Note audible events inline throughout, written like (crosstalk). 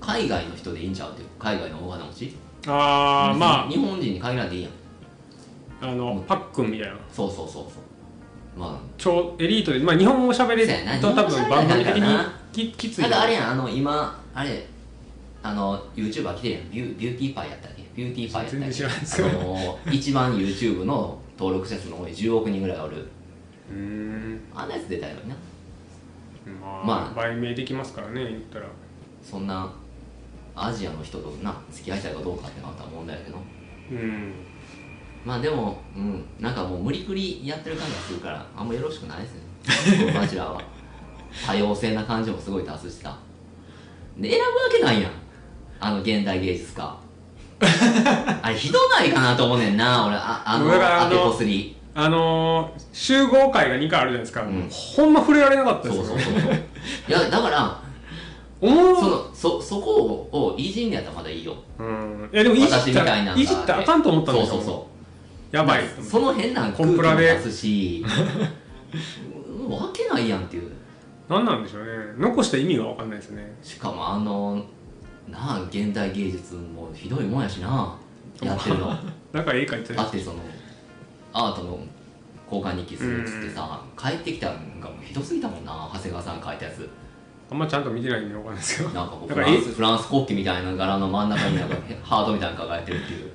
海外の人でいいんちゃうって海外の大金持ちああま日本人に限らんでいいやんああのパックンみたいなそうそうそうそうまあ超エリートで、まあ、日本語喋れそうやなると多日分本語喋れ番ないか組的らなにききついただあれやんあの今あれあの YouTuber 来てるやんビュービューティーパイやったっけビューティーパイやったっけ全然知らんっすよあのー一番 YouTube の登録者数の多い10億人ぐらいおるうーんあんなやつ出たよなまあ、まあ売名できますからね言ったらそんなアジアの人とな付き合いたいかどうかってのはまた問題やけどうんまあでもうんなんかもう無理くりやってる感じがするからあんまよろしくないですねこちらは (laughs) 多様性な感じもすごい出すしさで選ぶわけないやんあの現代芸術 (laughs) 家あれひどないかなと思うねんな俺ああのだからあのアテコスリあのー、集合会が2回あるじゃないですか、んほんま触れられなかったそうですそようねそうそういやだから思うそのそそこををいじんのやったらまだいいようんいやでもいじ私みったたいなのらがいじったらあかんと思ったんそうですよそうそうやばいまあその変なコ空ン気プラもで出すし (laughs) うんわけないやんっていう何なんでしょうね残した意味が分かんないですねしかもあのなあ現代芸術もひどいもんやしなやって (laughs) るのなんか絵描いてただりってそのアートの交換日記するっつってさ帰ってきたんがもうひどすぎたもんな長谷川さんが書いたやつあんまちゃんと見てないんで分かんないですけどなんかこうフだからランえスフランス国旗みたいな柄の真ん中になんかハートみたいなの輝いてるっていう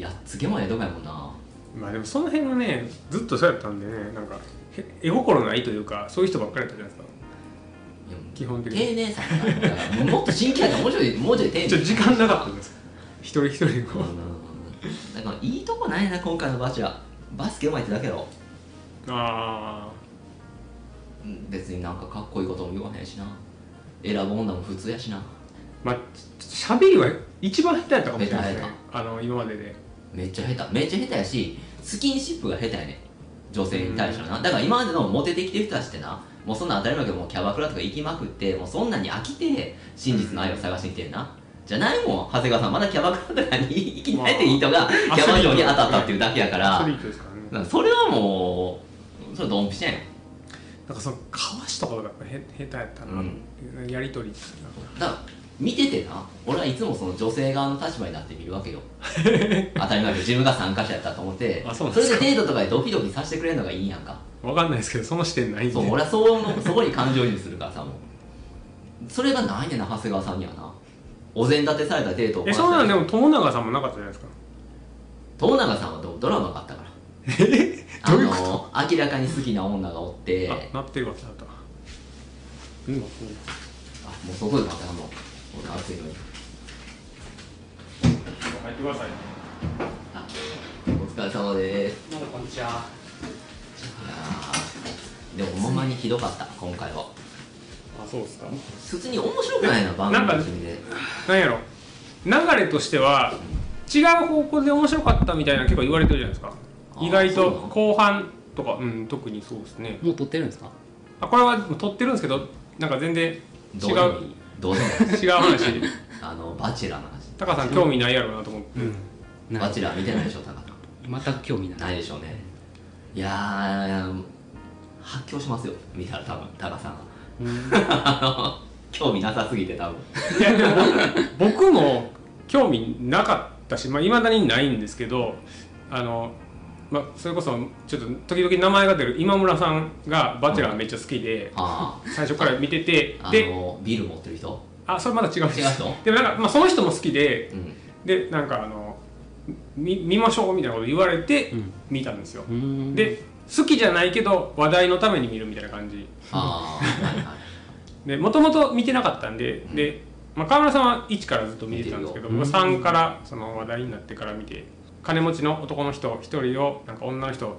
やっつけもええとかやもんなまあでもその辺はねずっとそうやったんでねなんかへ絵心ないというかそういう人ばっかりだったじゃないですかいや基本的に丁寧さがないだからもっと真剣やからもうちょいもうちょい丁寧ちょっと時間なかったんです一人一人こうなんかいいとこないな今回のバチはバスケうまいってだけどあうん別になんかかっこいいことも言わへんしな選ぶ女も普通やしなーまあしゃべりは一番下手やったかもしれないです下ね手あの今まででめっちゃ下手めっちゃ下手やしスキンシップが下手やねん女性に対してはなだから今までのモテてきてる人たちってなもうそんな当たり前だけどもうキャバクラとか行きまくってもうそんなに飽きて真実の愛を探しに来てんな、じゃないもん長谷川さんまだキャバクラとかに (laughs) 行き慣れていい人がキャバ嬢に当たったっていうだけやからアスリートですからねなんかそれはもうそれドンピシャやんなんかそのかわしとかがやっぱへ下手やったな、やりとりっていうだかから見ててな俺はいつもその女性側の立場になって見るわけ (laughs) よ当たり前だけど自分が参加者やったと思ってあそうなんですかそれでデートとかでドキドキさせてくれるのがいいやんかわかんないですけどその視点ないんでそう俺はそう思うそこに感情移入するからさもうそれがないねんな長谷川さんにはなお膳立てされたデートをえそんなんでもも友永さんもなかったじゃないですか友永さんはドドラマがあったからえあどういうのこと明らかに好きな女がおってああなってるわけだったうんもう外で待ってはんの俺暑いのに入ってくださいあお疲れ様ですどうもこんにちはいやーでもほんまにひどかった今回はあそうですか普通に面白くないな番組の趣味でなんやろ流れとしては違う方向で面白かったみたいな結構言われてるじゃないですかあー意外そうとなの後半とかうん特にそうですねもう撮ってるんですかあこれは撮ってるんですけどなんか全然違うどうでもいいどうでもいい違う話 (laughs) あのバチェラーの話タカさん興味ないやろうなと思って、ないバチェラー見てないでしょ高田全く興味ないないでしょうねいやー発狂しますよ見たら多分高さんがあの (laughs) 興味なさすぎて (laughs) 多分いやでも僕も興味なかったしいまあ、未だにないんですけどあの、まあ、それこそちょっと時々名前が出る今村さんが「バチェラー」めっちゃ好きで、あ最初から見ててああでのビール持ってる人あそれまだ違うんです違う人でもなんか、まあ、その人も好きでうんでなんかあのみ見ましょうみたいなこと言われてん見たんですよ、うーんで好きじゃないけど話題のために見るみたいな感じああはいはいでもともと見てなかったんで,、でまあ、川村さんは1からずっと見てたんですけど見て僕るよ3からその話題になってから見て金持ちの男の人1人をなんか女の人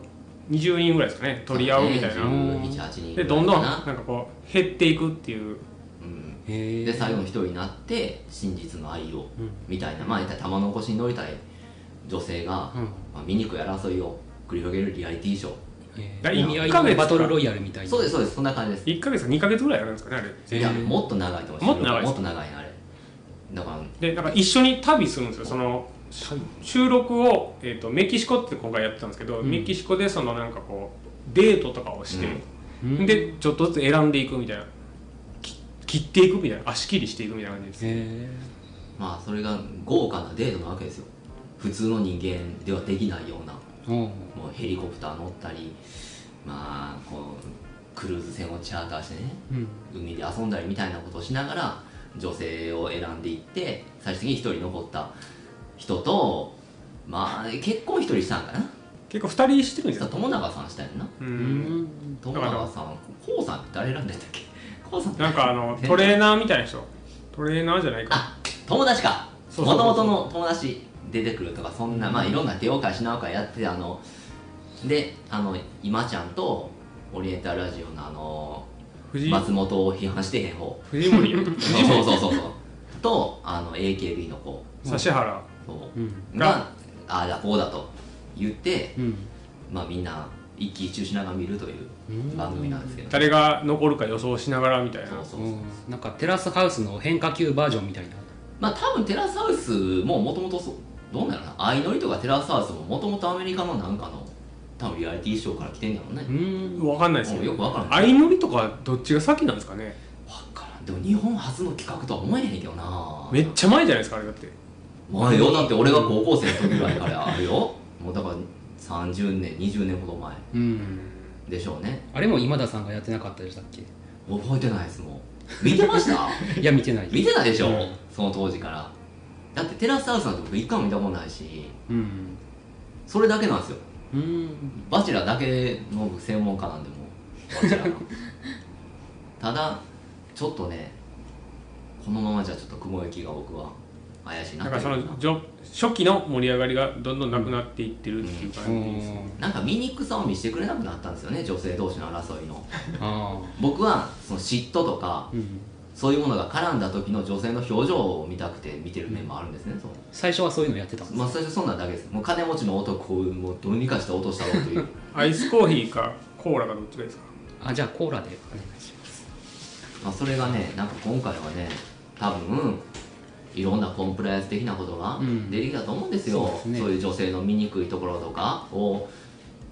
20人ぐらいですかね (laughs) 取り合うみたねいな17 18人でどんどんぐらいなんかなかこう減っていくっていううんへえで最後の一人になって真実の愛をみたいなまあ言ったら玉の輿に乗りたい女性が、うんまあ、醜い争いを繰り広げるリアリティショーえーだ意味合い一ヶ月のかバトルロイヤルみたいなそうですそうですそんな感じです1か月か2か月ぐらいやるんですかねあれえーいやもっと長いと思うもっと長いですもっと長いなあれだからでなんか一緒に旅するんですよその収録を、えー、とメキシコって今回やってたんですけど、うんメキシコでそのなんかこうデートとかをして、うんでちょっとずつ選んでいくみたいなき切っていくみたいな足切りしていくみたいな感じです、へまあそれが豪華なデートなわけですよ普通の人間ではできないようなえうんもうヘリコプター乗ったりまあこうクルーズ船をチャーターしてねうん海で遊んだりみたいなことをしながら女性を選んでいって最終的に一人残った人とまあ結婚一人したんかな結構二人してるんで実すはよ友永さんしたよなううんん友永さんこうさんって誰選んでたっけこうさんってなんかあの全然トレーナーみたいな人トレーナーじゃないかあ友達かそうそもとうそうもとの友達出てくるとかそんな、まあいろんな手を返しなおかやってあのであの今ちゃんとオリエンタルラジオのあの藤井松本を批判してへん方藤 (laughs) 森そうそうそうそうとあの AKB の子指原そううんがああだこうだと言ってうんまあみんな一喜一憂しながら見るといううん番組なんですけど、誰が残るか予想しながらみたいなそうそうそう、うんなんかテラスハウスの変化球バージョンみたいなまあ多分テラスハウスももともとそうどうなるな相乗りとかテラスハウスももともとアメリカのなんかの多分リアリティショーから来てんだろうねうんわかんないですもうよくわからんない相乗りとかどっちが先なんですかね分からんでも日本初の企画とは思えへんけどなめっちゃ前じゃないですかあれだって前よだって俺が高校生の時ぐらいからあるよもうだから30年20年ほど前うんでしょうねあれも今田さんがやってなかったでしたっけ覚えてないですもう見てましたいや見てない (laughs) 見てたでしょ、うんその当時からだってテラスハウスなんて僕一回も見たことないしうんそれだけなんですようんバチェラだけの専門家なんでも (laughs) うバチェラのただちょっとねこのままじゃちょっと雲行きが僕は怪しいなだっかてらいうそのじょ初期の盛り上がりがどんどんなくなっていってるっていう感じですね、なんか見にくさを見せてくれなくなったんですよね女性同士の争いのあ僕はその嫉妬とかあうんそういうものが絡んだ時の女性の表情を見たくて見てる面もあるんですね、そう最初はそういうのやってたんですまあ最初そんなんだけですもう金持ちの男をもうどうにかして落としたろうというアイスコーヒーかコーラかどっちがいいですかあじゃあコーラでお願いしますまあそれがねなんか今回はね多分いろんなコンプライアンス的なことがうん出てきたと思うんですよ、そうですねいう女性の醜いところとかを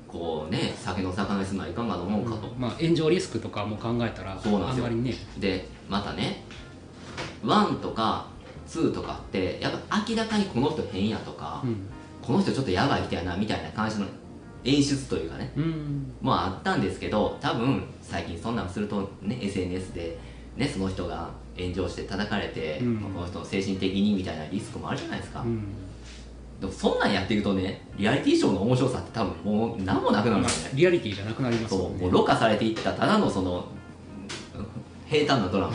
こうね酒の魚にするのはいかんかと思うかと、まあ炎上リスクとかも考えたらそうなんであすんよまりねでまたね1とか2とかってやっぱ明らかにこの人変やとか、うんこの人ちょっとやばい人やなみたいな感じの演出というかねうんもうあったんですけど多分最近そんなんするとね SNS で、ね、その人が炎上して叩かれて、うんこの人の精神的にみたいなリスクもあるじゃないですか、うんでもそんなんやっていくとねリアリティショーの面白さって多分もう何もなくなるんですよね、リアリティじゃなくなりますそうもんもうねろ過されていったただのその平坦なドラマ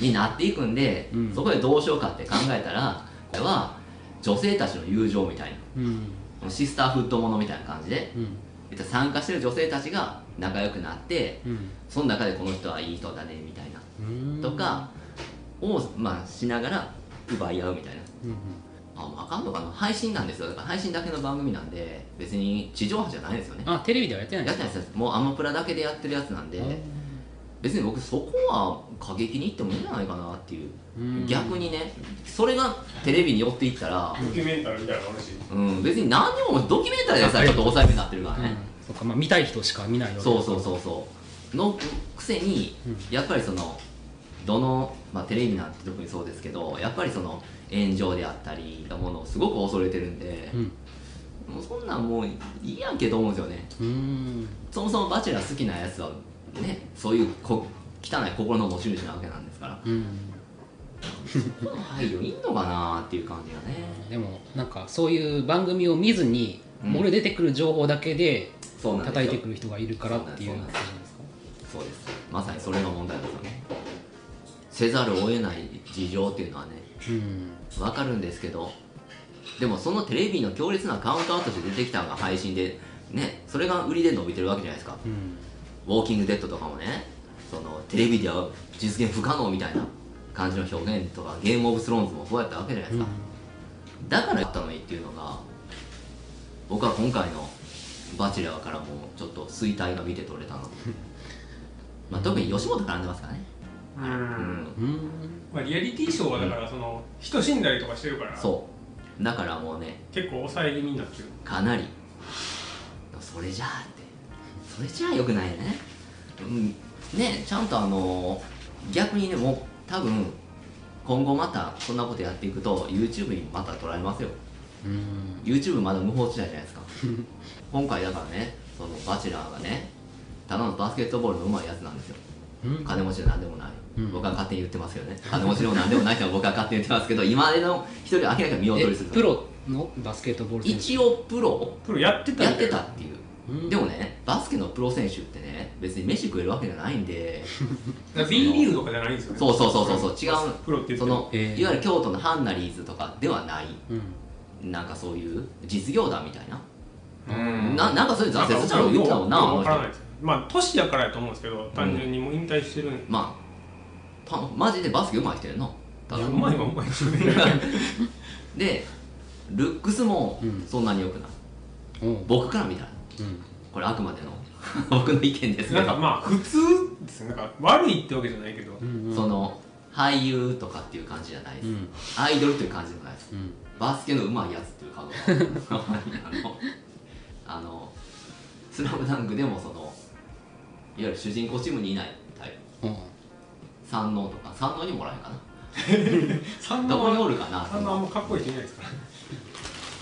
になっていくんで、うんそこでどうしようかって考えたらこれは女性たちの友情みたいうんなシスターフッドものみたいな感じでうん言ったら参加してる女性たちが仲良くなってうんその中でこの人はいい人だねみたいなうんとかを、まあ、しながら奪い合うみたいなうんあもうあかんのかな配信なんですよだから配信だけの番組なんで別に地上波じゃないですよねあテレビではやってないんやでってすないですもうアマプラだけでやってるやつなんで、別に僕そこは過激に行ってもいいんじゃないかなっていう、うん逆にねそれがテレビに寄っていったら、ドキュメンタルみたいな話うん、別に何にもドキュメンタリーでさちょっと抑えめになってるからうねん、そっかまあ見たい人しか見ないわけだかそらうそうそうそうのくせにうんやっぱりそのどの、まあ、テレビなんて特にそうですけどやっぱりその炎上であったりものをすごく恐れてるんで、うんもうそんなんもういいやんけと思うんですよねうんそもそもバチェラー好きなやつはねそういうこ汚い心の持ち主なわけなんですからうんこの配慮いんのかなっていう感じがねでもなんかそういう番組を見ずに、うん俺出てくる情報だけでそうなんですよ叩いてくる人がいるからっていうそうのながんであるすよじゃないですかそうですまさにそれが問題ですよねせざるを得ない事情っていうのはねうんわかるんですけどでもそのテレビの強烈なカウンターとして出てきたのが配信でねそれが売りで伸びてるわけじゃないですかうん「ウォーキングデッド」とかもねそのテレビでは実現不可能みたいな感じの表現とか「ゲーム・オブ・スローンズ」もそうやったわけじゃないですか、だからやったのにっていうのが僕は今回の「バチェラー」からもちょっと衰退が見て取れたなまあ特に吉本絡んでますからねうん、うんうんまあ、リアリティショーはだからその人死んだりとかしてるからそうだからもうね結構抑え気味になってるかなりそれじゃあってそれじゃあよくないよねうんねちゃんとあの逆にねもう多分今後またそんなことやっていくと YouTube にまた取られますようん YouTube まだ無法地帯じゃ (laughs) ないですか今回だからねそのバチェラーがねただのバスケットボールの上手いやつなんですようん金持ちで何でもない、うん僕は勝手に言ってますけどね金持ちでも何でもない人は僕は勝手に言ってますけど今までの一人明らかに見劣りすえるプロのバスケットボール選手一応プロプロやってたやんっだてよたっていううんでもねバスケのプロ選手ってね別に飯食えるわけじゃないんでだから B リーグとかじゃないんですよねそうそうそうそうそう違うプロって言ってそもの、えーいわゆる京都のハンナリーズとかではないうんなんかそういう実業団みたいな、うんななんかそういう挫折したの言ってたもんなもうあのわからない人ですまあ年やからやと思うんですけど単純にもう引退してるんでまあパンマジでバスケ上手い人やんなたいだやうまいわうまいです (laughs) よねでルックスもうんそんなに良くない、おう僕から見たらうんこれあくまでの (laughs) 僕の意見ですけなんかどまあ普通ですねなんか悪いってわけじゃないけどうんうんその俳優とかっていう感じじゃないでうす、んアイドルという感じでもないですうんバスケの上手いやつっていう顔 (laughs) があのあの「スラムダンクでもそのいわゆる主人公チームにいないタイプおう三能とか三能にもらえるか三など男こにはおるかな三男はあんまかっこいい人いないですから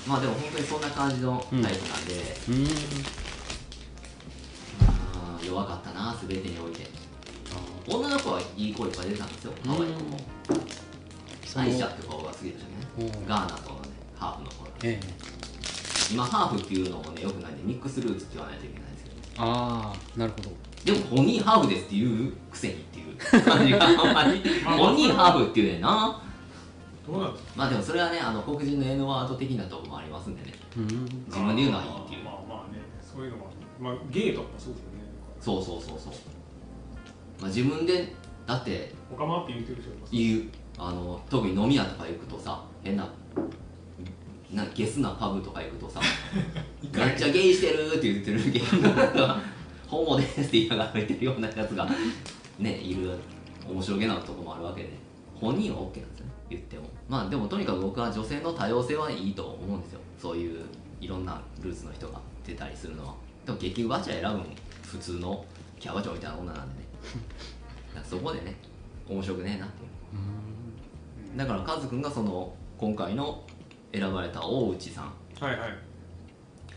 まあでも本当にそんな感じのタイプなんで、うんあー弱かったな全てにおいて女の子はいい子いっぱい出てたんですよ可愛い子もそアのイシャって子が好きでしたねうんガーナとのねハーフの子がええ今ハーフっていうのもねよくないんでミックスルーツって言わないといけないんですけどああなるほどでも本人ハーフですっていうくせにっていう感じがあんまり本人ハーフっていうねんなどうなんですかまあでもそれはねあの黒人の N ワード的なとこもありますんでねうん自分で言うのはいいっていうまあまあねそういうのはまあゲイとかもそうですよねそうそうそうそう、まあ、自分でだってオカマって言ってる人います言うあの特に飲み屋とか行くとさ変ななゲスなパブとか行くと (laughs) さ「かないめっちゃゲイしてる」って言ってるゲイの (laughs) ホモです」って言いながら歩いてるようなやつがねいる面白げなとこもあるわけで本人は OK なんですよね言ってもまあでもとにかく僕は女性の多様性はいいと思うんですよそういういろんなルーツの人が出たりするのはでも結局バチャ選ぶん普通のキャバ嬢みたいな女 (laughs) なんでねだからそこでね面白くねえなっていうだからカズくんがその今回の選ばれた大内さんはいはい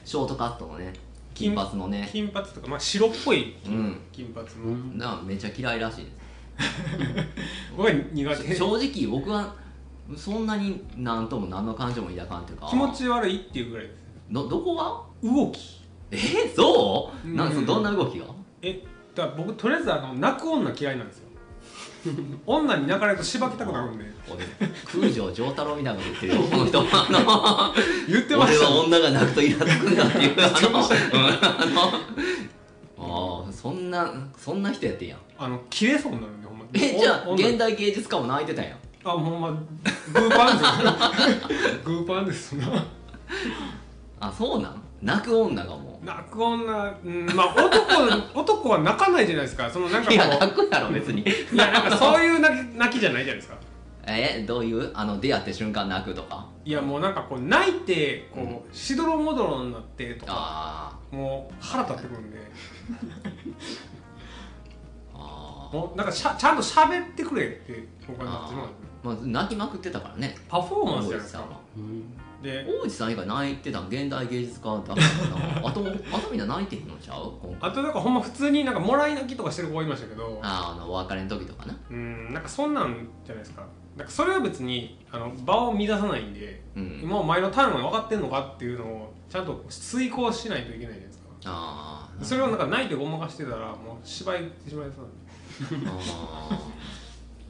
ショートカットのね金髪のね金髪とかまあ白っぽいうん金髪の、うんだからめちゃ嫌いらしい僕は苦で手す正直僕はそんなになんとも何の感情も抱かんというか気持ち悪いっていうぐらいですどどこが動きえそう、うんなんそどんな動きがえだから僕とりあえずあの泣く女嫌いなんですよ (laughs) 女に泣かれるとしばきたくなるんで俺空城城太郎みたいなこと言って (laughs) るよこの人あの言って俺ましたはね女が泣くとイラつくんだっていうあの,、うん、あのあーそんなそんな人やってんやんあの切れそうになるんでほんまえじゃあお女現代芸術家も泣いてたんやんあほんまグーパンですよ (laughs) グーパンですなあそうなん泣く女がも泣く女、うん、まあ男 (laughs) 男は泣かないじゃないですかそのなんかういこうや泣くやろ別にいやなんかそういう泣き泣きじゃないじゃないですかえどういうあの出会って瞬間泣くとかいやもうなんかこう泣いてこうしどろもどろになってとかあもう腹立ってくるんでーあーもうなんかしゃちゃんと喋ってくれって僕はなってしまうあー、まあ、泣きまくってたからねパフォーマンスじ王子ゃないですさかんはうんで王子さん以外泣いてたん現代芸術家だったかなあとあとみんな泣いてんのちゃう今回あとなんかほんま普通になんかもらい泣きとかしてる子いましたけどあーあのお別れの時とかなうんなんかそんなんじゃないですかなんかそれは別にあの場を乱さないんで、うん今お前のターンは分かってんのかっていうのをちゃんと遂行しないといけないじゃないですかあーそれをなんか泣いてごまかしてたらもう芝居してしまいそうなんであ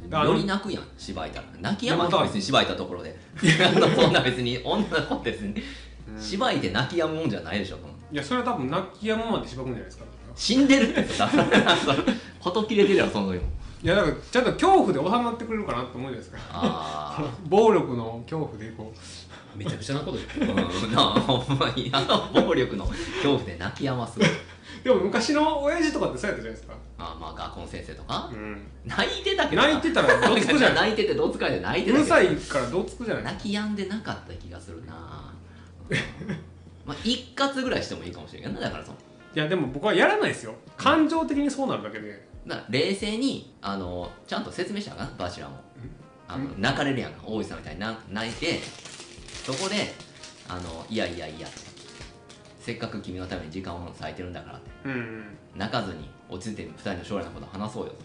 だかーらより泣くやん芝居たら泣きやまんと別に芝居たところ (laughs) であのそんな別に女の子別に芝居で泣きやむもんじゃないでしょいやそれは多分泣きやむまでしばくんじゃないですか死んでるって (laughs) さこと切れてるやろその時もいやだからちゃんと恐怖で収まってくれるかなと思うじゃないですかあ暴力の恐怖でこうめちゃくちゃなこと言 (laughs) うあうんなあほんまにあの暴力の恐怖で泣きやますでも昔の親父とかってそうやったじゃないですか、あまあ学校の先生とかうん、泣いてたけどな泣いてたらどつくじゃない泣いててどつかいで泣いてうたるけどさいからどつくじゃない泣き止んでなかった気がする (laughs) なまあ一括ぐらいしてもいいかもしれないなだからそのいやでも僕はやらないですよ感情的にそうなるだけでだから冷静にあのちゃんと説明したらあかんバチェラーもあの泣かれるやんか大井さんみたいにな泣いてそこであのいやいやいやってせっかく君のために時間を割いてるんだからってうんうん泣かずに落ち着いて2人の将来のこと話そうよ (laughs) と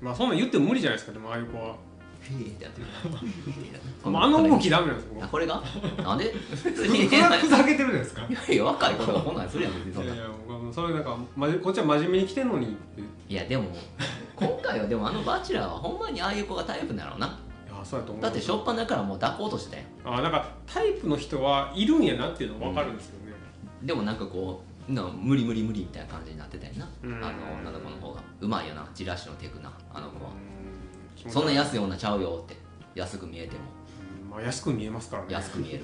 まあそんなん言っても無理じゃないですかでもああいう子はへーってやってるもうあの動きダメなんですよ僕あこれがなん (laughs) で別にふざふざけてるじゃないですかいやいや若い子がこんなんするやん別にそんいなやいや僕はもうそれなんか、まじ、こっちは真面目に来てんのにっていいやでも今回はでもあのバチェラーはほんまにああいう子がタイプなのなやそうやと思うだって初っ端からもう抱こうとしてたやんあなんかタイプの人はいるんやなっていうのは分かるんですよね、でもなんかこうな無理無理無理みたいな感じになってたよな、うあんの女の子の方がうまいよなジラシのテクなあの子は、うそんな安い、い女ちゃうよって安く見えてもまあ、安く見えますからね安く見え (laughs) る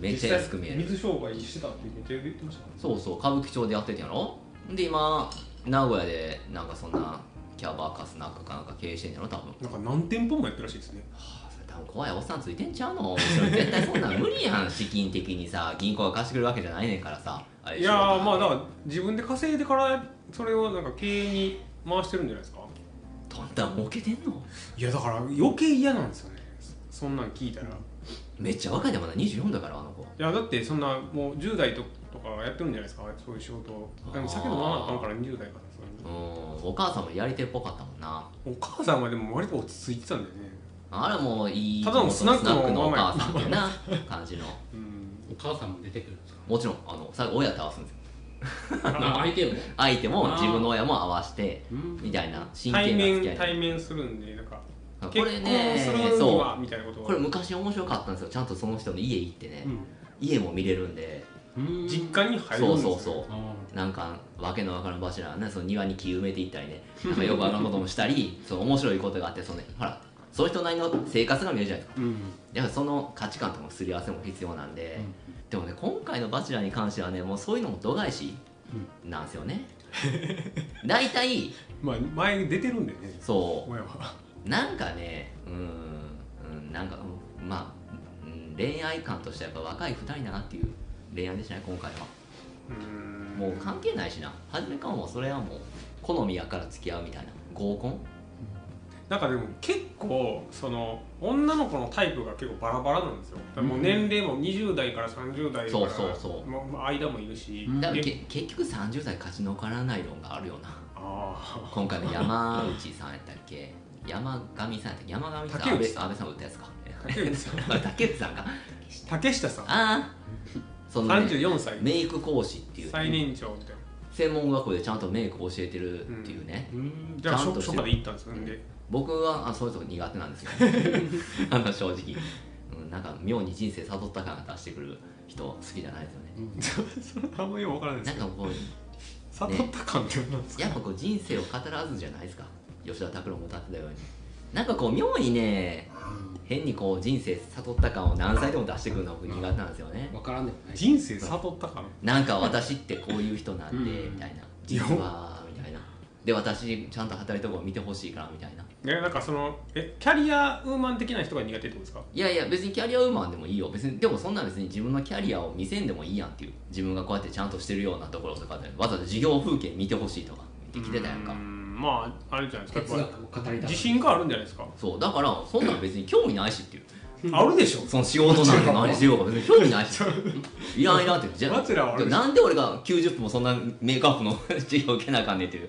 めっちゃ安く見え実際る水商売してたってめっちゃ言ってましたねそうそう歌舞伎町でやってたやろで今名古屋でなんかそんなキャバかスナックかなんか経営してんやろ多分なんか何店舗もやってるらしいですねあそれ多分怖いおっさんついてんちゃう (laughs) のそれ絶対そんなん無理やん資金的にさ銀行が貸してくれるわけじゃないねんからさあれいやーまあだだから自分で稼いでからそれをなんか経営に回してるんじゃないですかどんだん儲けてんのいやだから余計嫌なんですよねそそんなん聞いたら、いめっちゃ若いでまだ24だからあの子やだってそんなもう10代ととかやってるんじゃないですかそういう仕事をでも酒飲まなあかんから20代からそういううのんお母さんもやり手っぽかったもんなお母さんはでも割と落ち着いてたんだよねあれもいいただのスナックのお母さんっていうな感じのうんお母さんも出てくるんですかもちろんあの最後親と合わすんですよあ相手を相手も自分の親も合わしてうんみたいな真対剣な付き合面い対面するんでなんかこ結れ婚するねにそはみたいなことうはこれ昔面白かったんですよちゃんとその人の家行ってね、家も見れるんでうん実家に入るそんでうすそようそうあなんかわけのわからんバチェラーはねその庭に木埋めていったりねなんかよくわからんこともしたりそう面白いことがあってその、ね、ほらそういう人なりの生活が見えるじゃないですかーうんやっぱその価値観とのすり合わせも必要なんで、うんでもね今回の「バチェラー」に関してはねもうそういうのも度外視なんですよ (laughs) ね、大体まあ前出てるんでねそ親はうなんかねうーんうんなんかうんまあうん恋愛観としてはやっぱ若い2人だなっていう恋愛でしたね今回はうんもう関係ないしな初めからもうそれはもう好みやから付き合うみたいな合コンなんかでも結構その女の子のタイプが結構バラバラなんですよだからもう年齢も20代から30代からそうそうそうまま間もいるし、うんだからでけ結局30代勝ち残らない論があるよなあ今回の山内さんやったっけ山上さんやったっけ山上さん竹内安倍安倍さんが打ったやつか (laughs) あ竹内さん竹内さんか竹下さんああその、ね、 34歳メイク講師っていう、最年長みたいな専門学校でちゃんとメイク教えてるっていうね、うんじゃちあゃん初として初夏で行ったんですよで僕はあそういうとこ苦手なんですよ (laughs) あの正直、うん、なんか妙に人生悟った感が出してくる人好きじゃないですよねそれあんまよくわからないでなすんけかどこう悟った感ってなんですか、やっぱこう人生を語らずじゃないですか吉田拓郎も歌ってたようになんかこう妙にね変にこう人生悟った感を何歳でも出してくるのは僕苦手なんですよね分からんでもない人生悟った感なんか私ってこういう人なんでうんみたいな実はみたいなで私ちゃんと働いたとこ見てほしいからみたいなねなんかそのえキャリアウーマン的な人が苦手ってことですかいやいや別にキャリアウーマンでもいいよ別にでもそんな別に自分のキャリアを見せんでもいいやんっていう自分がこうやってちゃんとしてるようなところとかでわざわざ事業風景見てほしいとか言ってきてたやんかうーんまああれじゃないです哲かやっ学を語りたぱい自信があるんじゃないですかそうだからそんなん別に興味ないしっていうあるでしょその仕事なんて何しようか別に興味ないしいらんいらんってじゃバチェラーはあるでしょなんで俺が90分もそんなメイクアップの (laughs) 授業受けなあかんねんっていう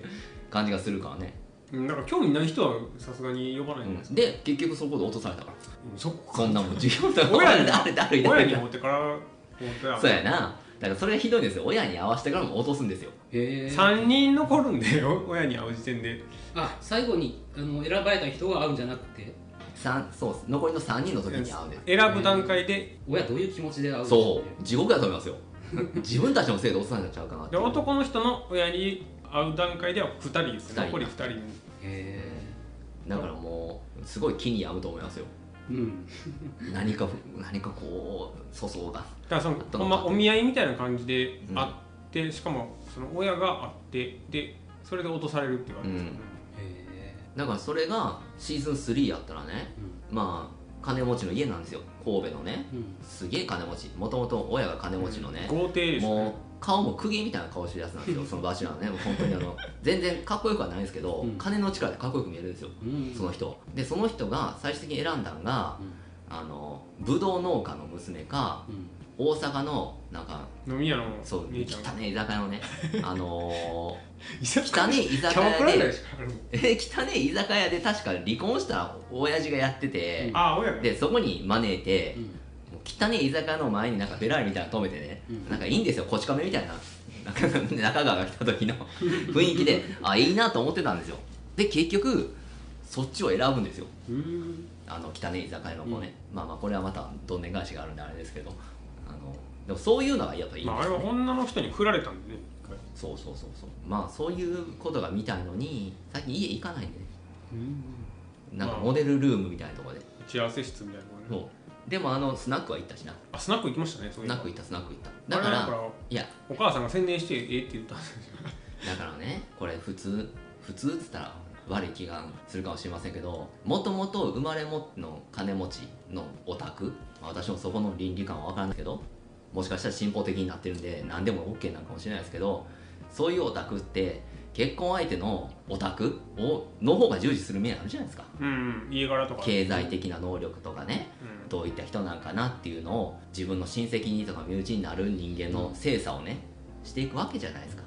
感じがするからね、うんなんか興味ない人はさすがに呼ばないんじゃないですか、で結局そこで落とされたからうんそこそんなもん授業とか親 (laughs) に誰誰親誰に誰会ってから会ってそうやなだからそれがひどいんですよ親に合わせてからも落とすんですよへー3人残るんでよ親に会う時点であ最後にあの選ばれた人が会うんじゃなくて三そうっす残りの3人の時に会うんです選ぶ段階で親どういう気持ちで会うんそですかねう地獄だと思いますよ (laughs) 自分たちのせいで落とされちゃうかなってで男の人の親に会う段階では2人です二人ね残り2人へだからもうすごい気に病むと思いますよえうん何か何かこう粗相がだからそのあとほんまお見合いみたいな感じでうん会って、しかもその親が会ってでそれで落とされるっていう感じですよね、へだからそれがシーズン3やったらねえうんまあ金持ちの家なんですよ神戸のねうんすげえ金持ちもともと親が金持ちのね、豪邸ですもうね顔も釘みたいな顔してるやつなんですよそのバチェラーねもう本当にあの全然かっこよくはないんですけど、うん金の力でかっこよく見えるんですようんその人でその人が最終的に選んだのがあのブドウ農家の娘かうん大阪のなんか飲み屋のそう汚兄ちゃんい居酒屋のねあの居酒ー、汚い居キ酒ャバクラ屋ぐらでいしかあるのえ汚い居酒屋で確か離婚した親父がやってて、あ親がでそこに招いて、うんもう汚い居酒屋の前になんかフェラーリみたいなの止めてね、うんなんかいいんですよこち亀みたいななんか中川が来た時の雰囲気であいいなと思ってたんですよで結局そっちを選ぶんですようんあの汚い居酒屋の子ね、まあまあこれはまたどんねん返しがあるんであれですけどあのでもそういうのがやっぱいいんまであ、あすれよ、はね女の人に振られたんでね一回そうそうそうそうまあそういうことが見たいのに最近家行かないんでねなんかモデルルームみたいなところで、打ち合わせ室みたいなとこねそうでもあのスナックは行ったしなあスナック行きましたねそスういえナばック行ったスナック行ったあだれかだかららいやお母さんが宣伝してええって言ったんですよだからねこれ普通普通っつったら悪い気がするかもしれませんけどもともと生まれ持っての金持ちのオタクまあ私もそこの倫理観は分からないけどもしかしたら進歩的になってるんで何でも OK なのかもしれないですけどそういうオタクって結婚相手のオタクをの方が重視する面あるじゃないですかうん、うん、家柄とか、経済的な能力とかねうんどういった人なんかなっていうのを自分の親戚にとか身内になる人間の精査をねしていくわけじゃないですか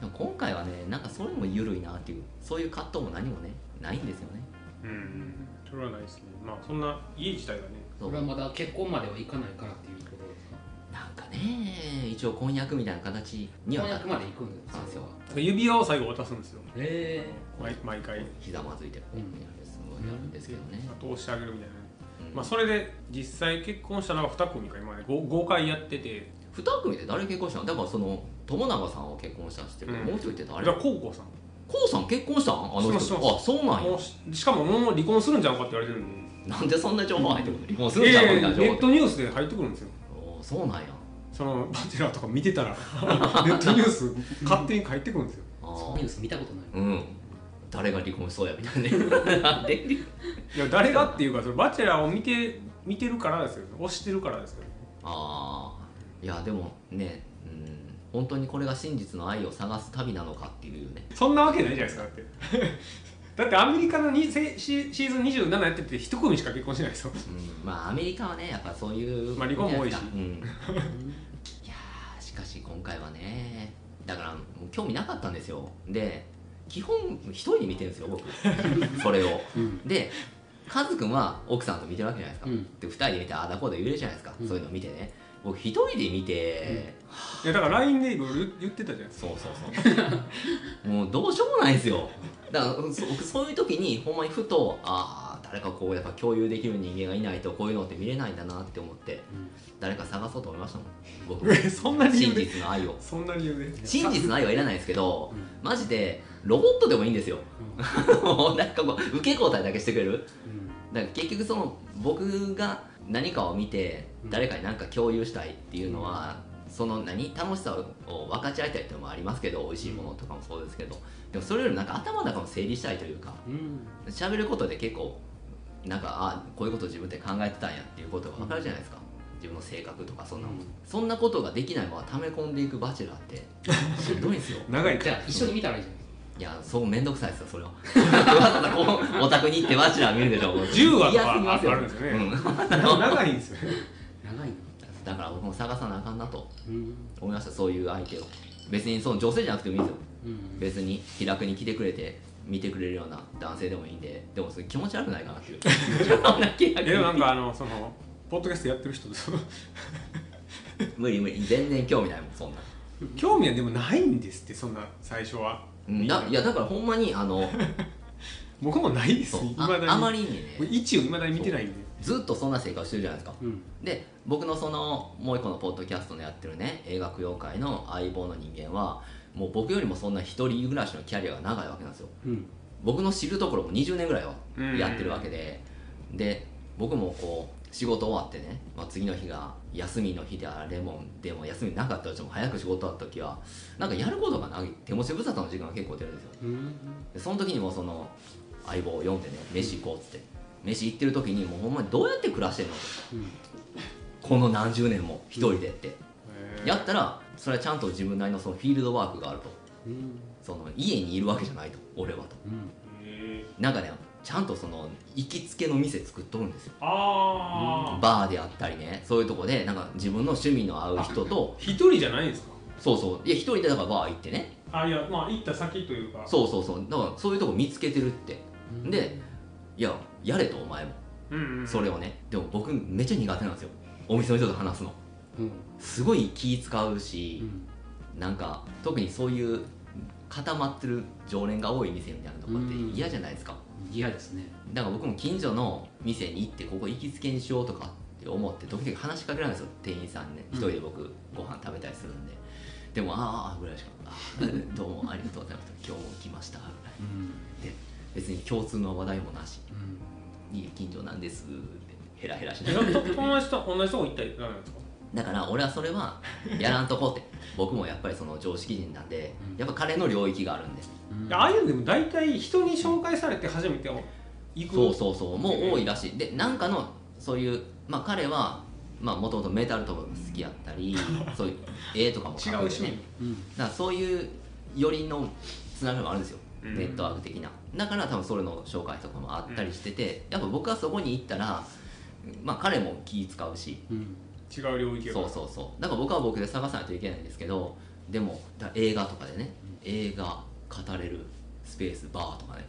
でも今回はねなんかそれも緩いなっていうそういう葛藤も何もねないんですよねうん、それはないですねまあそんな家自体がねそそうれなはんまだ結婚まではいかないからっていうところですかかね一応婚約みたいな形には婚な約まで行くんですそうなんですよ指輪を最後渡すんですよへえ毎毎回ひざまずいてこうやるすごいやるんですけどね、後押してあげるみたいなねうんまあそれで実際結婚したのが2組か今ね 5, 回やってて2組で誰結婚したのだからその友永さんは結婚したんですけど、うんもう一人ってあ誰れは高校さんこうさん結婚したんあのして人ますしてますあそうなんもやうししかももう離婚するんじゃんかって言われてるんでなんでそんな情報入ってくるの離婚するんえじゃんえみたいな情ネ報ットニュースで入ってくるんですよおーそうなんやそのバチェラーとか見て (laughs) たらネットニュース勝手に入ってくるんですよあそーのニュース見たことないうん誰が離婚しそうやみたいなねで (laughs) いや誰がっていうかそのバチェラーを見て見てるからですよね推してるからですよねああいやでもねうん本当にこれが真実の愛を探す旅なのかっていうねそんなわけないじゃないですかだって (laughs) だってアメリカのにせシシーズン27やってて一組しか結婚しないですようんまあアメリカはねやっぱそういうまあ離婚も多いしうんいやーしかし今回はねだからもう興味なかったんですよで基本一人で見てるんですよ僕 (laughs) それをうんでカズくんは奥さんと見てるわけじゃないですか、うんで2人で見てああだこうだ言えるじゃないですか、うんそういうの見てね僕一人で見て、いやだから LINE でいろいろ言ってたじゃないですかそうそうそう (laughs) もうどうしようもないんですよだからそ僕そういう時にほんまにふとああ誰かこうやっぱ共有できる人間がいないとこういうのって見れないんだなって思って誰か探そうと思いましたもん僕も (laughs) そんな理由真で実の愛をそんな理由で真実の愛はいらないですけどうんマジでロボットでもいいんですよ (laughs) もうなんかこう受け答えだけしてくれるだから結局その僕が何かを見てうん誰かに何か共有したいっていうのは、その何楽しさを分かち合いたいっていうのもありますけど美味しいものとかもそうですけどでもそれよりなんか頭の中も整理したいというかうんうん喋ることで結構なんかあこういうこと自分って考えてたんやっていうことが分かるじゃないですか、自分の性格とかそんなもん、うんそんなことができないまま溜め込んでいくバチェラー (laughs) ってしんどいんですよ長いかじゃらあ一緒に見たらいいじゃないいやそうめんどくさいですよそれは (laughs) わざわざこうお宅に行ってバチェラー見るでしょもう10話嫌とすぎかあますよるんですよね、うん長いんです (laughs) よ長いなだから僕も探さなあかんなとうん思いましたそういう相手を別にその女性じゃなくてもいいんですようん別に気楽に来てくれて見てくれるような男性でもいいんででもそれ気持ち悪くないかなっていうそんな気楽えでもなんにかあのそのポッドキャストやってる人その無理無理全然興味ないもんそんな興味はでもないんですってそんな最初は、うんだいやだからほんまにあ (laughs) の僕もないですそういまあだにあまりにね一をいまだに見てないんでずっとそんな生活してるじゃないですかうんで僕のそのもう一個のポッドキャストのやってるね映画妖界の相棒の人間はもう僕よりもそんな一人暮らしのキャリアが長いわけなんですようん僕の知るところも20年ぐらいはうんやってるわけで、で僕もこう仕事終わってね、まあ、次の日が休みの日であれもでも休みなかったとしても早く仕事だった時はなんかやることがない手持ち無沙汰の時間が結構出るんですようんでその時にもうその相棒を読んでね飯行こうっつって飯行ってる時にもうほんまにどうやって暮らしてんのうんこの何十年も一人でって、へーやったらそれはちゃんと自分なりのそのフィールドワークがあるとうんその家にいるわけじゃないと俺はとうんえなんかねちゃんとその行きつけの店作っとるんですよああバーであったりねそういうとこでなんか自分の趣味の合う人と一人じゃないんですかそうそういや一人でだからバー行ってねあいやまあ行った先というかそうそうそうだからそういうとこ見つけてるってうんでいややれとお前もう、うんうん、それをねでも僕めっちゃ苦手なんですよお店の人と話すのうんすごい気使ううし、んなんか特にそういう固まってる常連が多い店みたいなとこってうん嫌じゃないですか、嫌ですねだから僕も近所の店に行ってここ行きつけにしようとかって思って時々話しかけられるんですよ店員さんねうん一人で僕ご飯食べたりするんで、でも「あーあー」ぐらいしか「あー (laughs) どうもありがとうございました今日も来ました」ぐらいうん別に共通の話題もなしう「ん家近所なんです」ってヘラヘラしなえがらなんか友達と同じとこ行ったりなんですかだから俺はそれはやらんとこうって僕もやっぱりその常識人なんでうんやっぱ彼の領域があるんでうんああいうのでも大体人に紹介されて初めて行くそうそうそうもう多いらしいでなんかのそういうまあ彼はまあもともとメタルとかが好きやった (laughs) りそういう絵とかも違う描くんで趣味ねうんだからそういうよりのつながりもあるんですようんネットワーク的なだから多分それの紹介とかもあったりしててやっぱ僕はそこに行ったらまあ彼も気使うしうん違う領域そうそうそうだから僕は僕で探さないといけないんですけどでもだ映画とかでね映画語れるスペースバーとかね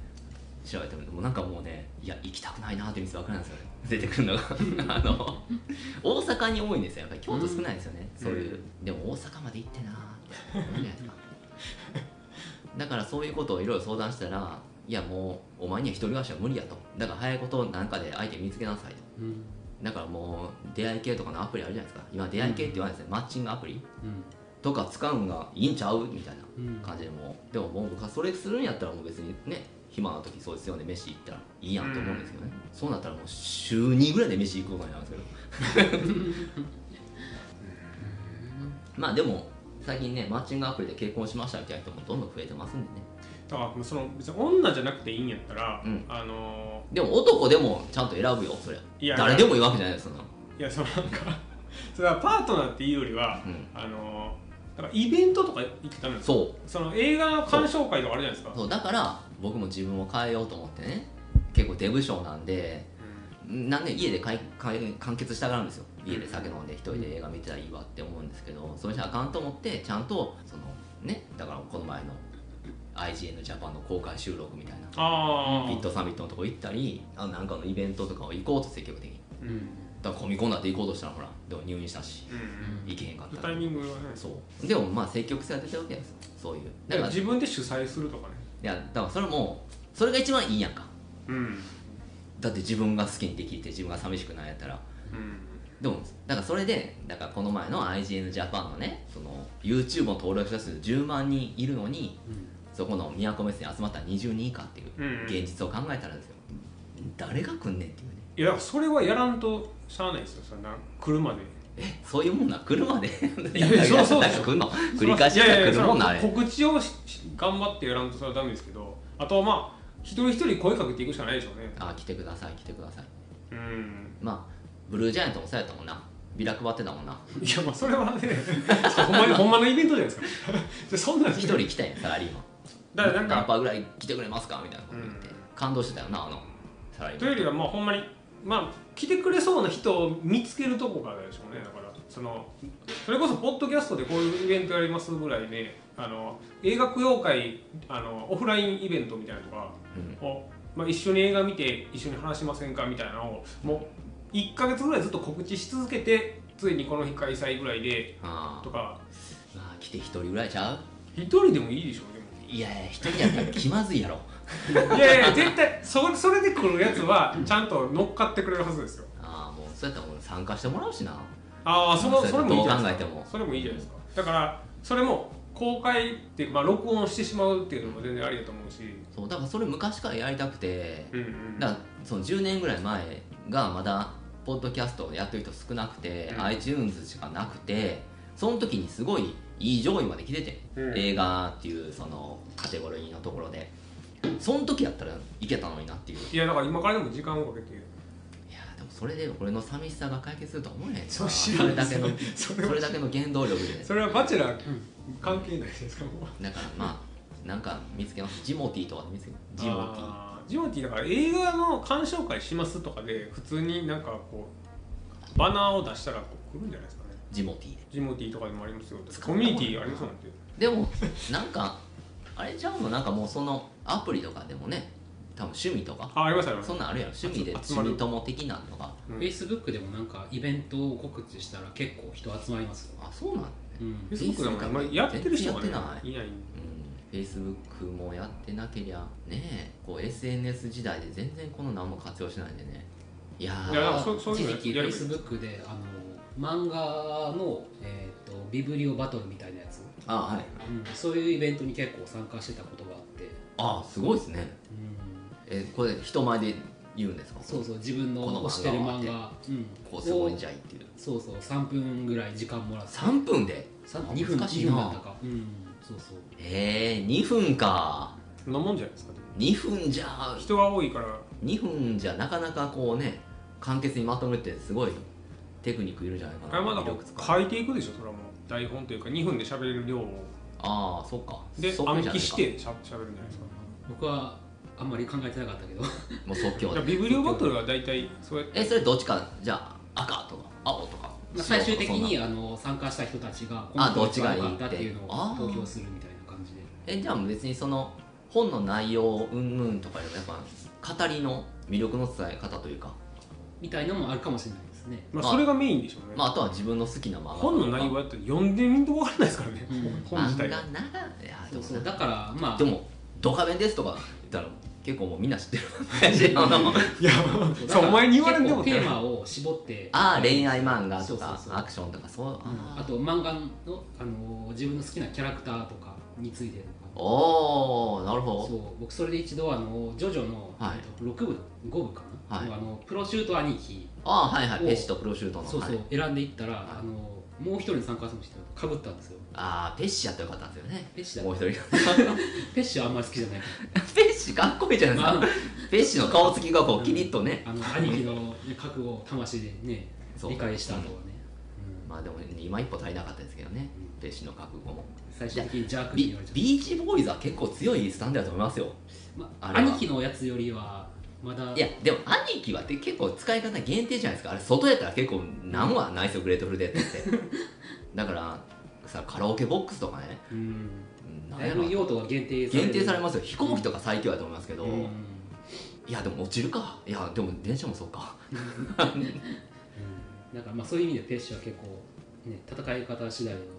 調べてももうなんかもうねいや行きたくないなっていう店ばっかりなんですよね出てくるのがあの大阪に多いんですよやっぱり京都少ないですよね、うんそういうでも大阪まで行ってなーって思うじゃないですかだからそういうことをいろいろ相談したらいやもうお前には一人暮らしは無理やとだから早いことなんかで相手見つけなさいとうんだからもう出会い系とかのアプリあるじゃないですか今出会い系って言わないですね、マッチングアプリうんとか使うんがいいんちゃうみたいうんな感じでもうでももう僕はそれするんやったらもう別にね暇な時そうですよね飯行ったらいいやんと思うんですけどね、そうなったらもう週2ぐらいで飯行くことになるんですけど (laughs) まあでも最近ねマッチングアプリで結婚しましたみたいな人もどんどん増えてますんでねだからその別に女じゃなくていいんやったら、うんあのでも男でもちゃんと選ぶよそりいゃや誰でもいいわけじゃないですよーいやそのなんか (laughs) それはパートナーっていうよりは、うんあのーだからイベントとか行ってたんですかそうその映画の鑑賞会とかあるじゃないですかそうだから僕も自分を変えようと思ってね結構デブ症なんでなんで家でかいかい完結したがるんですよ家で酒飲んで一人で映画見てたらいいわって思うんですけどそれじゃあかんと思ってちゃんとそのねだからこの前の IGN ジャパンの公開収録みたいなああビットサミットのとこ行ったりあなんかのイベントとかを行こうと積極的にううんんだから込み込んだって行こうとしたらほらでも入院したしうん行けへんかったタイミングはねそうでもまあ積極性は出てるわけなんですよそういうだからい自分で主催するとかねやだからそれもそれが一番いいやんかうんだって自分が好きにできて自分が寂しくないやったらうんでもだからそれでだからこの前の IGN ジャパンのねその YouTube の登録者数10万人いるのにそこの都メッセに集まったら20人以下っていううん現実を考えたらですよ誰が来んねんっていうねいやだからそれはやらんとしゃあないですよそんな来るまでえそういうもんなん来るまで (laughs) いやそうそうですよ来んの繰り返しが来るもんなあいやいやいやそれの告知をしし頑張ってやらんとそれはダメですけどあとはまあ一人一人声かけていくしかないでしょうねあ来てください来てくださいうんまあブルージャイアントもそうやったもんなビラ配ってたもんないやまあそれはね (laughs) そうほんまにほんまのイベントじゃないですか (laughs) でそんなん一人来たやんサラリーマンだからなん何かパーぐらい来てくれますかみたいなこと言って、うん感動してたよなあのサラリーというマンよりはまあほんまにまあ来てくれそうな人を見つけるとこからでしょうねだからそのそれこそポッドキャストでこういうイベントやりますぐらいで、あの映画供養会あのオフラインイベントみたいなのとかうんを、まあ、一緒に映画見て一緒に話しませんかみたいなのをもう1か月ぐらいずっと告知し続けてついにこの日開催ぐらいであとかーまあ来て一人ぐらいちゃう一人でもいいでしょ (laughs) うでもいやいや一人やったら気まずいやろいやいや絶対そそれで来るやつはちゃんと乗っかってくれるはずですよああもうそうやったら俺参加してもらうしなああそのそれもいいじゃないですどう考えてもかそれもいいじゃないですかだからそれも公開っていうかまあ録音してしまうっていうのも全然ありだと思うしそうだからそれ昔からやりたくてうんうんだからその10年ぐらい前がまだポッドキャストをやってる人少なくて、うん iTunes しかなくてその時にすごいいい上位まで来てて、うん映画っていうそのカテゴリーのところでその時やったらいけたのになっていういやだから今からでも時間をかけていやでもそれで俺の寂しさが解決するとは思えへんそう知そらんれだけのそそれはれだけの原動力でそれはバチェラー関係ないですかもうだからまあなんか見つけますジモティーとかで見つけジモティーあージモティーだから映画の鑑賞会しますとかで普通になんかこうバナーを出したらこう来るんじゃないですかねジモティーでジモティーとかでもありますよ使ったコミュニティありますもんってでもなんかあれちゃうのなんかもうそのアプリとかでもね多分趣味とかあありますありますそんなんあるやろ趣味で趣集まる味友的なんとかうん Facebook でもなんかイベントを告知したら結構人集まりますよ、あそうなんだねうん、 Facebook でも今やってる人がね全然やってないないうん Facebook もやってなけりゃねえこう SNS 時代で全然この何も活用しないんでねいやーいやだからそそういう一の時期やればいい Facebook であの漫画の、えー、とビブリオバトルみたいなやつ、あはいうん、そういうイベントに結構参加してたことがあって、あすごいですねうん、えこれ人前で言うんですかそうそう自分のこの漫画推してる漫画うんこうすごいんをじゃいっていうそうそう3分ぐらい時間もらって3分で三あ2分難しい2な分だったかうんそうそうえー、2分かそんなもんじゃないですかね2分じゃ人が多いから2分じゃなかなかこうね簡潔にまとめるってすごいテクニックいるんじゃないかあれなまだ魅力使う書いていくでしょそれはもう台本というか2分で喋れる量をああそっかで即興じゃない暗か記してしゃ喋るんじゃないですか僕はあんまり考えてなかったけどもう即だ興かでらビブリオバトルは大体そうやってえそれどっちかじゃあ赤とか青とかまあ最終的白とかそんになあの参加した人たちがあこの人どっちがいい良かったっていうのをあー投票するみたいな感じでえじゃあもう別にその本の内容うんうんとかよりもやっぱ語りの魅力の伝え方というか、みたいのもあるかもしれないですねまあそれがメインでしょうねまあ、あとは自分の好きな漫画本の内容やって読んでみんとわからないですからね、うん本自体がが漫画ならいやでそうもそうなだからまあでも「ドカベンです」とか言ったら結構もうみんな知って (laughs) る感じあのいやそうだかそうらお前に言われんでも結構テーマを絞ってああ恋愛漫画とそうかそうそうアクションとかそううんああと漫画の、あのー自分の好きなキャラクターとかについてーとかおおなるほそどう僕それで一度あのジョジョの、はいえっと6部5部かな、はいあのプロシュート兄貴ああはいはいおペシとプロシュートのそうそう、はい選んでいったら、いあのーもう一人の参加者の人かぶったんですよああペッシやってよかったんですよねペッシだもう一人 (laughs) ペッシュあんまり好きじゃないペッシかっこいいじ (laughs) ゃないですかまあペッシの顔つきがこうキリッとねあの兄貴のね覚悟を魂でねそう理解した後はね、うんまあでも今一歩足りなかったですけどねペッシの覚悟も最終的に邪悪にビ言われちゃったビーチボーイズは結構強いスタンダードだと思いますよまああ、れは兄貴のやつよりはまだいやでも兄貴はって結構使い方限定じゃないですかあれ外やったら結構何はないですよグレートフルデート (laughs) ってだからさカラオケボックスとかねうんなんだいやぶろ用途が限定され限定されまますよ飛行機とか最強やと思いますけすど、いやでも落ちるかいやでも電車もそうかだからまあそういう意味でペッシュは結構、ね、戦い方次第ではいや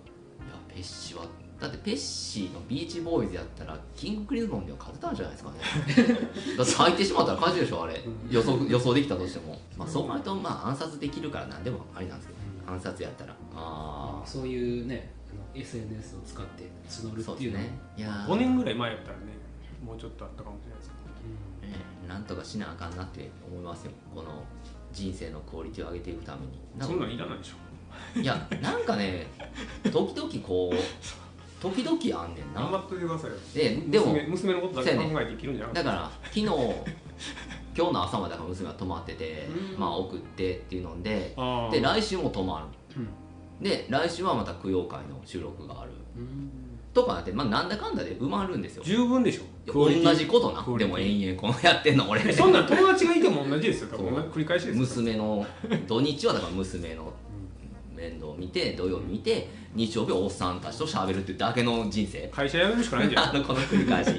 ペッシはだってペッシーのビーチボーイズやったらキングクリズモンには勝てたんじゃないですかね (laughs) だって入ってしまったら勝ちでしょあれん予想予想できたとしても、まあ、そうなるとまあ暗殺できるから何でもありなんですけうど暗殺やったらああそういうねあの SNS を使って募るそうってでいすうのはねいやー5年ぐらい前やったらねもうちょっとあったかもしれないですうんねなんとかしなあかんなって思いますよこの人生のクオリティを上げていくためにけどなんそかんなんいらないでしょいやなんかね時々こう時 (laughs) 々あんねん頑な張っといてくださいよででも娘娘のことだけ考えて生きるんじゃなだいから昨日今日の朝までだから娘が泊まっててうんまあ送ってっていうのであで来週も泊まうんるで来週はまた供養会の収録があるうんとかだって、まあ、なんだかんだで埋まるんですよ十分でしょ同じことなクオでリティも延々このやってんの俺 (laughs) そんなん友達がいても同じですよ多分そう繰り返しですよ娘の土日はだから娘のう面倒見て土曜日見て日曜日はおっさんたちと喋るっていうだけの人生会社辞めるしかないんじゃない (laughs) あのこの繰り返しい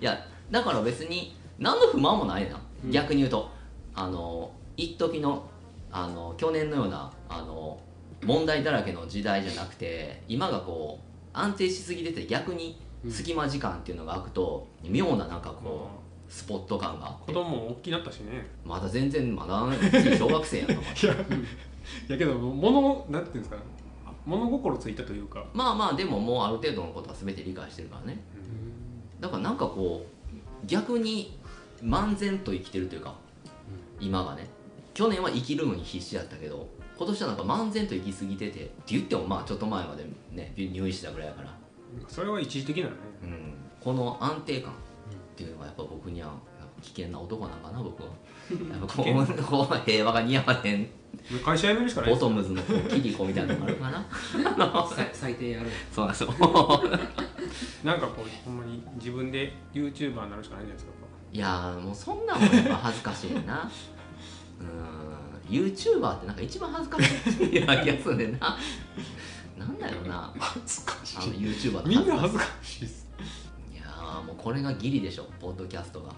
やだから別に何の不満もないな、うん逆に言うとあの一時のあの去年のようなあの問題だらけの時代じゃなくて今がこう安定しすぎてて逆にうん隙間時間っていうのが空くと妙ななんかこもうスポット感があうっ子て供も大きくなったしねまだ全然まだ小学生やないやいやけど物なんていうんですか物心ついたというか (laughs) まあまあでももうある程度のことは全て理解してるからねんだからなんかこう逆に漫然と生きてるというか、今がね去年は生きるのに必死だったけど今年はなんか漫然と生き過ぎててって言ってもまあちょっと前までね入院してたぐらいだから、それは一時的なのねうん、この安定感っていうのがやっぱ僕にはやっぱ危険な男なんかな僕はやっぱ (laughs) こうこう平和が似合わへん会社辞めるしかないボですトムズのこ (laughs) うキリコみたいなのがあるかなさ最低やるそうなんですよなんかこうほんまに自分で YouTuber になるしかないんじゃないですかいやーもうそんなんもやっぱ恥ずかしいなうーん YouTuber ってなんか一番恥ずかしいよう (laughs) な気がするねんななんだろうな恥ずかあの YouTuber のみんずなか恥ずかしいですいやーもうこれがギリでしょポッドキャストがやっ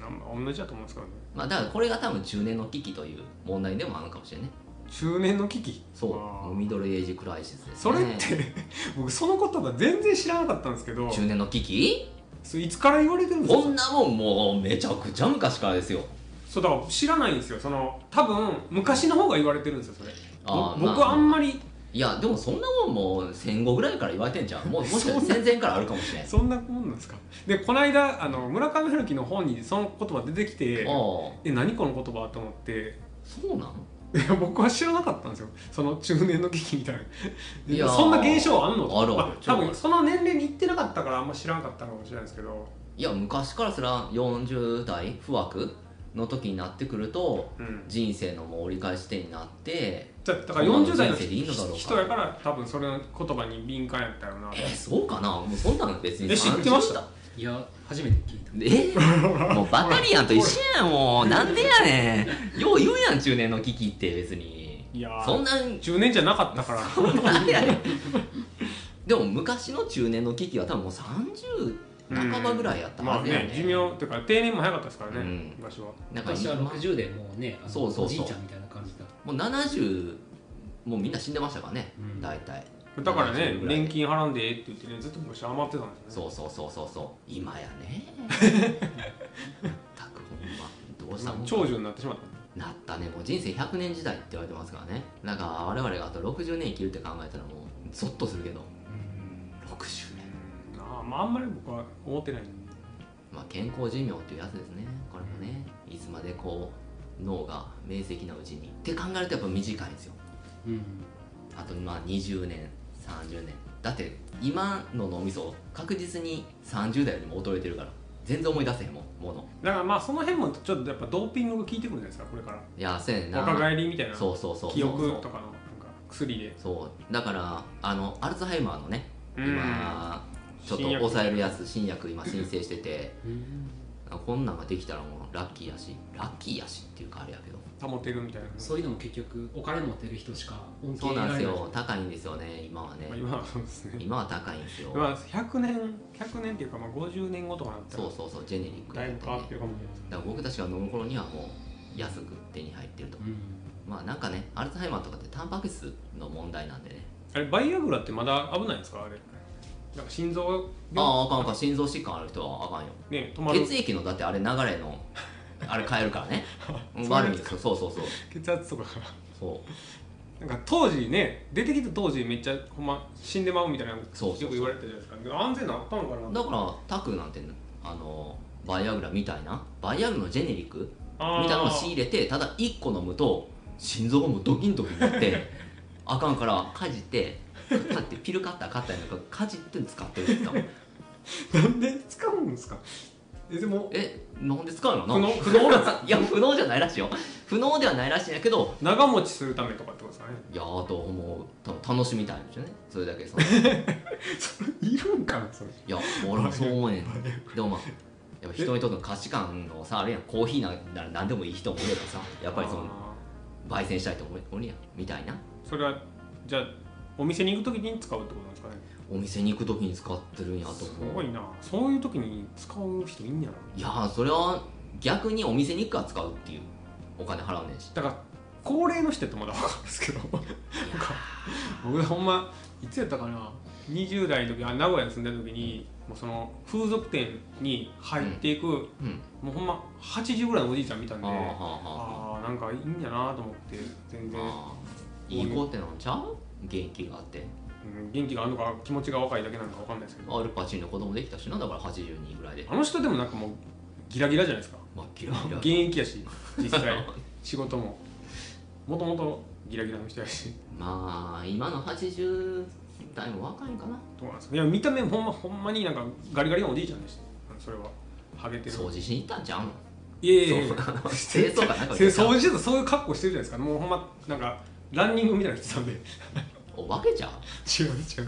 ぱうんなん同じだと思うんですけどねまあだからこれが多分中年の危機という問題でもあるのかもしれない中年の危機そうあーもうミドルエイジクライシスですねそれって、 (laughs) 僕その言葉全然知らなかったんですけど中年の危機それいつから言われてるんですかこんなもんもうめちゃくちゃ昔からですよそうだから知らないんですよその多分昔の方が言われてるんですよそれあーぼ僕はあんまりいやでもそんなもんもう戦後ぐらいから言われてんじゃんもうもしかしたら戦前からあるかもしれんあそんなもんなんですかでこの間あの村上春樹の本にその言葉出てきてあーえ何この言葉と思ってそうなんいや僕は知らなかったんですよその中年の危機みたいないやーそんな現象あんのあるあるま多分その年齢にいってなかったからあんま知らなかったのかもしれないですけどいや昔からすら40代不惑の時になってくるとうん人生のもう折り返し点になってだだから40代の人生でいいのだろうか人やから多分それの言葉に敏感やったよなえー、そうかなもうそんなの別にえ知ってましたいや初めて聞いたえもうバタリアンと一緒やんもうなんでやねんよう言うやん中年の危機って別にいやーそんなん10年じゃなかったからなんやねんでも昔の中年の危機は多分もう30半ばぐらいやったまはあずやね,、ね寿命っていうか定年も早かったですからね、うん昔はなんか昔は60でもうねあのそうそうそうおじいちゃんみたいな感じだもう70もうみんな死んでましたからね、うん大体だからね70ぐらいで年金払んでええって言ってねずっと昔余ってたんですよねそうそうそうそうそう今やねたくほんまどうしたもんか長寿になってしまったなったねもう人生100年時代って言われてますからねだから我々があと60年生きるって考えたらもうゾッとするけど60年うんあーまああんまり僕は思ってないんでまあ健康寿命っていうやつですねこれもねいつまでこう脳が明晰なうちにって考えるとやっぱ短いんですようんあとまあ20年30年だって今の脳みそ確実に30代よりも衰えてるから全然思い出せへんもんものだからまあその辺もちょっとやっぱドーピングが効いてくるんじゃないですかこれからいやそうやねんな若返りみたいなそうそうそう記そう憶そうとかのなんか薬でそうだからあのアルツハイマーのねうん今ちょっと新薬抑えるやつ新薬今申請しててうんあこんなんができたらもうラッキーやしラッキーやしっていうかあれやけど保てるみたいなそういうのも結局お金持ってる人しか恩恵そう得なんらですれないよ高いんですよね今はねまあ今はそうですね今は高いんですよまあ100年100年っていうかまあ50年後とかなったらそうそうそうジェネリックだやいっぶて変わねってるかもしれないだから僕たちが飲む頃にはもう安く手に入ってるとうんまあなんかねアルツハイマーとかってタンパク質の問題なんでねあれバイアグラってまだ危ないんですかあれなんか心臓病あああかんあかん心臓疾患ある人はあかんよね止まる血液のだってあれ流れのあれ変える (laughs) からねうん悪いんですよそうそうそう血圧とかが (laughs) そうなんか当時ね出てきた当時めっちゃほんま死んでまうみたいなそうそうそうよく言われてたじゃないですかでも安全なったのかなだからタクなんてあのバイアグラみたいなバイアグラのジェネリックあーみたいなのを仕入れてただ1個飲むと心臓がもうドキンドキになって (laughs) あかんからかじって買ってピルカッター買ったりなんかかじって使ってるって言ってたなんで使うんですかえでもえなんで使うのな不能不能なんですいや (laughs) 不能じゃないらしいよ不能ではないらしいんやけど長持ちするためとかってことですか (laughs) ねいやーあともう多分楽しみたいんですよねそれだけそのいそれいるんかなそれや俺もそう思うねんでもまあやっぱ人にとっての価値観のさあれやんコーヒーなんなら何でもいい人もいればさやっぱりそのあ焙煎したいと思うやんみたいなーそれはじゃあお店に行く時に使うってことなんですかねお店に行く時に使ってるんやとす思ごういなそういう時に使う人いんやろいやーそれは逆にお店に行くから使うっていうお金払うねんしだから高齢の人ってまだ分かるんですけど僕ほんまいつやったかな20代の時あ名古屋に住んでる時にもうその風俗店に入っていく、うんもうほんま80ぐらいのおじいちゃん見たんあでーはああはあはあーなんかいいんやなと思って全然、あいい子ってなんちゃう元気があってうん元気があるのか気持ちが若いだけなのか分かんないですけどアルパチーノ子供できたしなだから82ぐらいであの人でもなんかもうギラギラじゃないですかまあキラキラ現役やし実際仕事ももともとギラギラの人やしまあ今の80代も若いんかなどうなんですかいや見た目ほんまほんまになんかガリガリのおじいちゃんでしたそれは上げてる掃除しに行ったんちゃうのいえいえいえそうあの清掃かなんか清受けた掃してたそういう格好してるじゃないですかもうほんまなんかランニングみたいなの着てたんで (laughs) 違うお化けちゃう違うです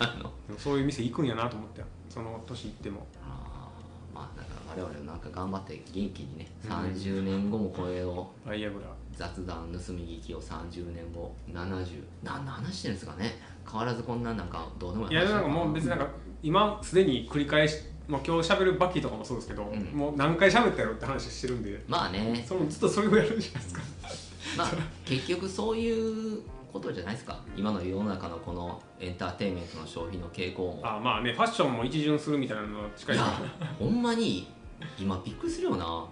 なのでもそういう店行くんやなと思ってその年行ってもあーまあだから我々もなんか頑張って元気にねうん30年後もこれをバイアグラ雑談盗み聞きを30年後70何の話してるんですかね変わらずこんななんかどうでもいやでもなんかもう別にになんか今すでに繰り返し、まあ、今日喋るバッキーとかもそうですけど、んもう何回喋ったやろって話してるんでまあねそのずっとそれをやるじゃないですかまあ結局そういうことじゃないですか今の世の中のこのエンターテインメントの消費の傾向もあまあねファッションも一巡するみたいなの近いいかやらほんまに今びっくりするよな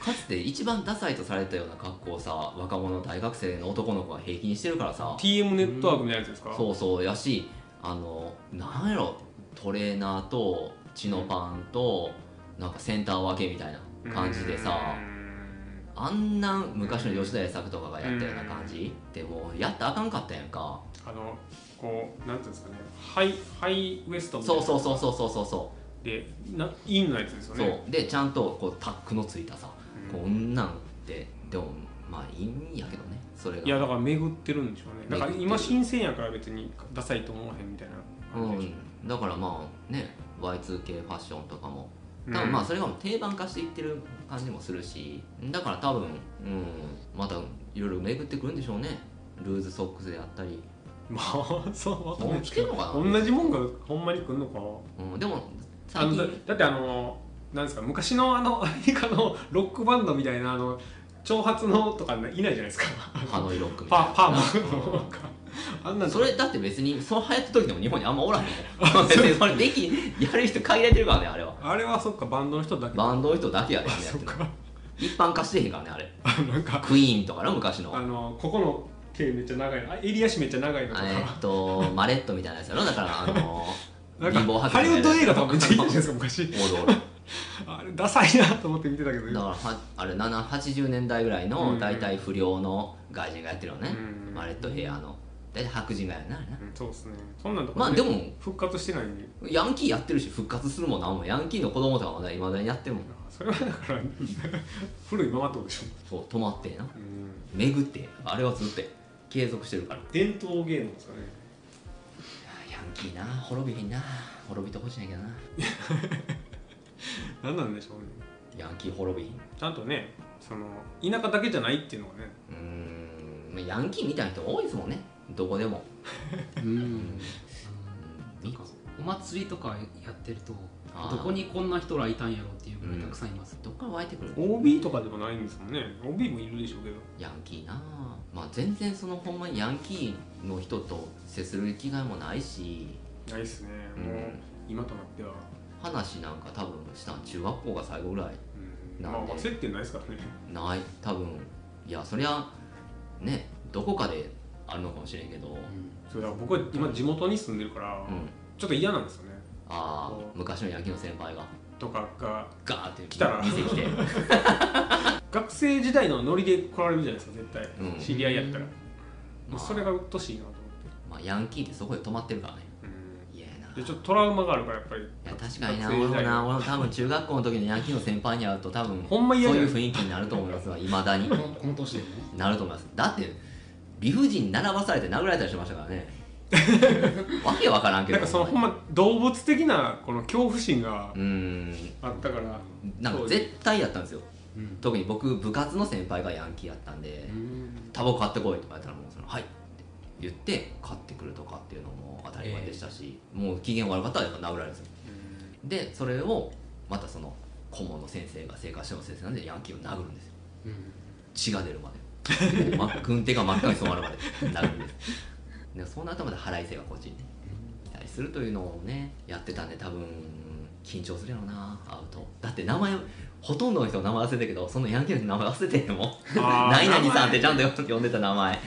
かつて一番ダサいとされたような格好をさ若者大学生の男の子が平均してるからさ TM ネットワークみたいなやつですか、そうそうやしあのなんやろトレーナーとチノパンとなんかセンター分けみたいな感じでさうんあんな昔の吉田栄作とかがやったような感じでもうやったらあかんかったやんかあのこうなんていうんですかねハイハイウエストみたそいうなそうそうそうそうそうそでなインのやつですようねそうでちゃんとこうタックのついたさうこんんなんってでもまあいいんやけどねそれがいやだから巡ってるんでしょうねだから巡って今る新鮮やから別にダサいと思わへんみたいなう感じでしん、だからまあね Y2K ファッションとかもょ多分まあそれがもう定番化していってる感じもするしだから多分、うん、またいろいろ巡ってくるんでしょうねルーズソックスであったり、まあ (laughs) そうわかんないもう来てんのか同じもんがほんまに来んのかうん、でもなあ最のだ近だってあのなんですか昔のあのア (laughs) メリカのロックバンドみたいなあの長髪のとかいないじゃないですかハノイロックみたいなパパーマのなんかあんなのそれだって別にその流行った時でも日本にあんまおらへん (laughs) よ別にそれできやる人限られてるからねあれはあれはそっかバンドの人だけバンドの人だけやで、ね、そっか一般化してへんからねあれあなんかクイーンとかの昔のあのここの毛めっちゃ長いのあ襟足めっちゃ長いのとかえーっとマレットみたいなやつやろだからあのなん貧乏か白ハリウ人ッみたいドな映画とかめっちゃいいじゃない (laughs) ですか昔おるおるあれダサいなと思って見てたけどだからはあれ7 80年代ぐらいのうん大体不良の外人がやってるよね、うんマレットヘアの大体白人がやるなあれなうんそうですねそんなんとか、ね、まあでも復活してないんでヤンキーやってるし復活するもんなもうヤンキーの子供とかまだいまだにやってるもんそれはだから (laughs) 古いままってことでしょ、そう止まってえなうん、巡ってえあれはずっとえ継続してるからい伝統芸能ですかねやヤンキーな滅びひんな滅びてほしいんやけどな何なんでしょうねヤンキー滅びひんちゃんとねその田舎だけじゃないっていうのがねうーんまあヤンキーみたいな人多いですもんねどこでもうんうんなんかお祭りとかやってるとあーどこにこんな人らいたんやろっていうぐらいたくさんいます、どっから湧いてくる OB とかでもないんですもんね OB もいるでしょうけどヤンキーなあまあ全然そのほんまにヤンキーの人と接する機会もないしないっすねもう、うん今となっては、話なんか多分したん中学校が最後ぐらいうん、なんまあで焦ってないですからねない多分いやそりゃねどこかであるのかもしれんけど、うんそうだから僕は今地元に住んでるから、ちょっと嫌なんですよねああこう昔のヤンキーの先輩がとかがガーって来たら店来 (laughs) て学生時代のノリで来られるじゃないですか絶対、うん知り合いやったら、うんままああ、それが鬱陶しいなと思って、まあヤンキーってそこで止まってるからねうんいやなでちょっとトラウマがあるからやっぱりいや確かにな学俺生も時代な俺も多分中学校の時のヤンキーの先輩に会うと多分ほんま嫌そうじゃいないう雰囲気になると思いますわいま (laughs) だにこのこの年でもねなると思いますだって理不尽に並ばされて殴られたりしましたから (laughs) ねわけわからんけどなんかそのほんま動物的なこの恐怖心がうーんあったから、なんか絶対やったんですようん特に僕部活の先輩がヤンキーやったんでうん「タバコ買ってこい」とか言ったらもうその「はい」って言って買ってくるとかっていうのも当たり前でしたし、もう機嫌悪かったらやっぱ殴られるんですようんでそれをまたその顧問の先生が生活指導の先生なんでヤンキーを殴るんですようん血が出るまでもう真っ (laughs) 軍手が真っ赤に染まるまで殴るんですでその後まで腹いせがこっちにねいたりするというのをねやってたんで多分緊張するやろな会うとだって名前ほ (laughs) とんどの人の名前忘れてたけどそのヤンキーの名前忘れてんのもんあー何々さんってちゃんと呼んでた名前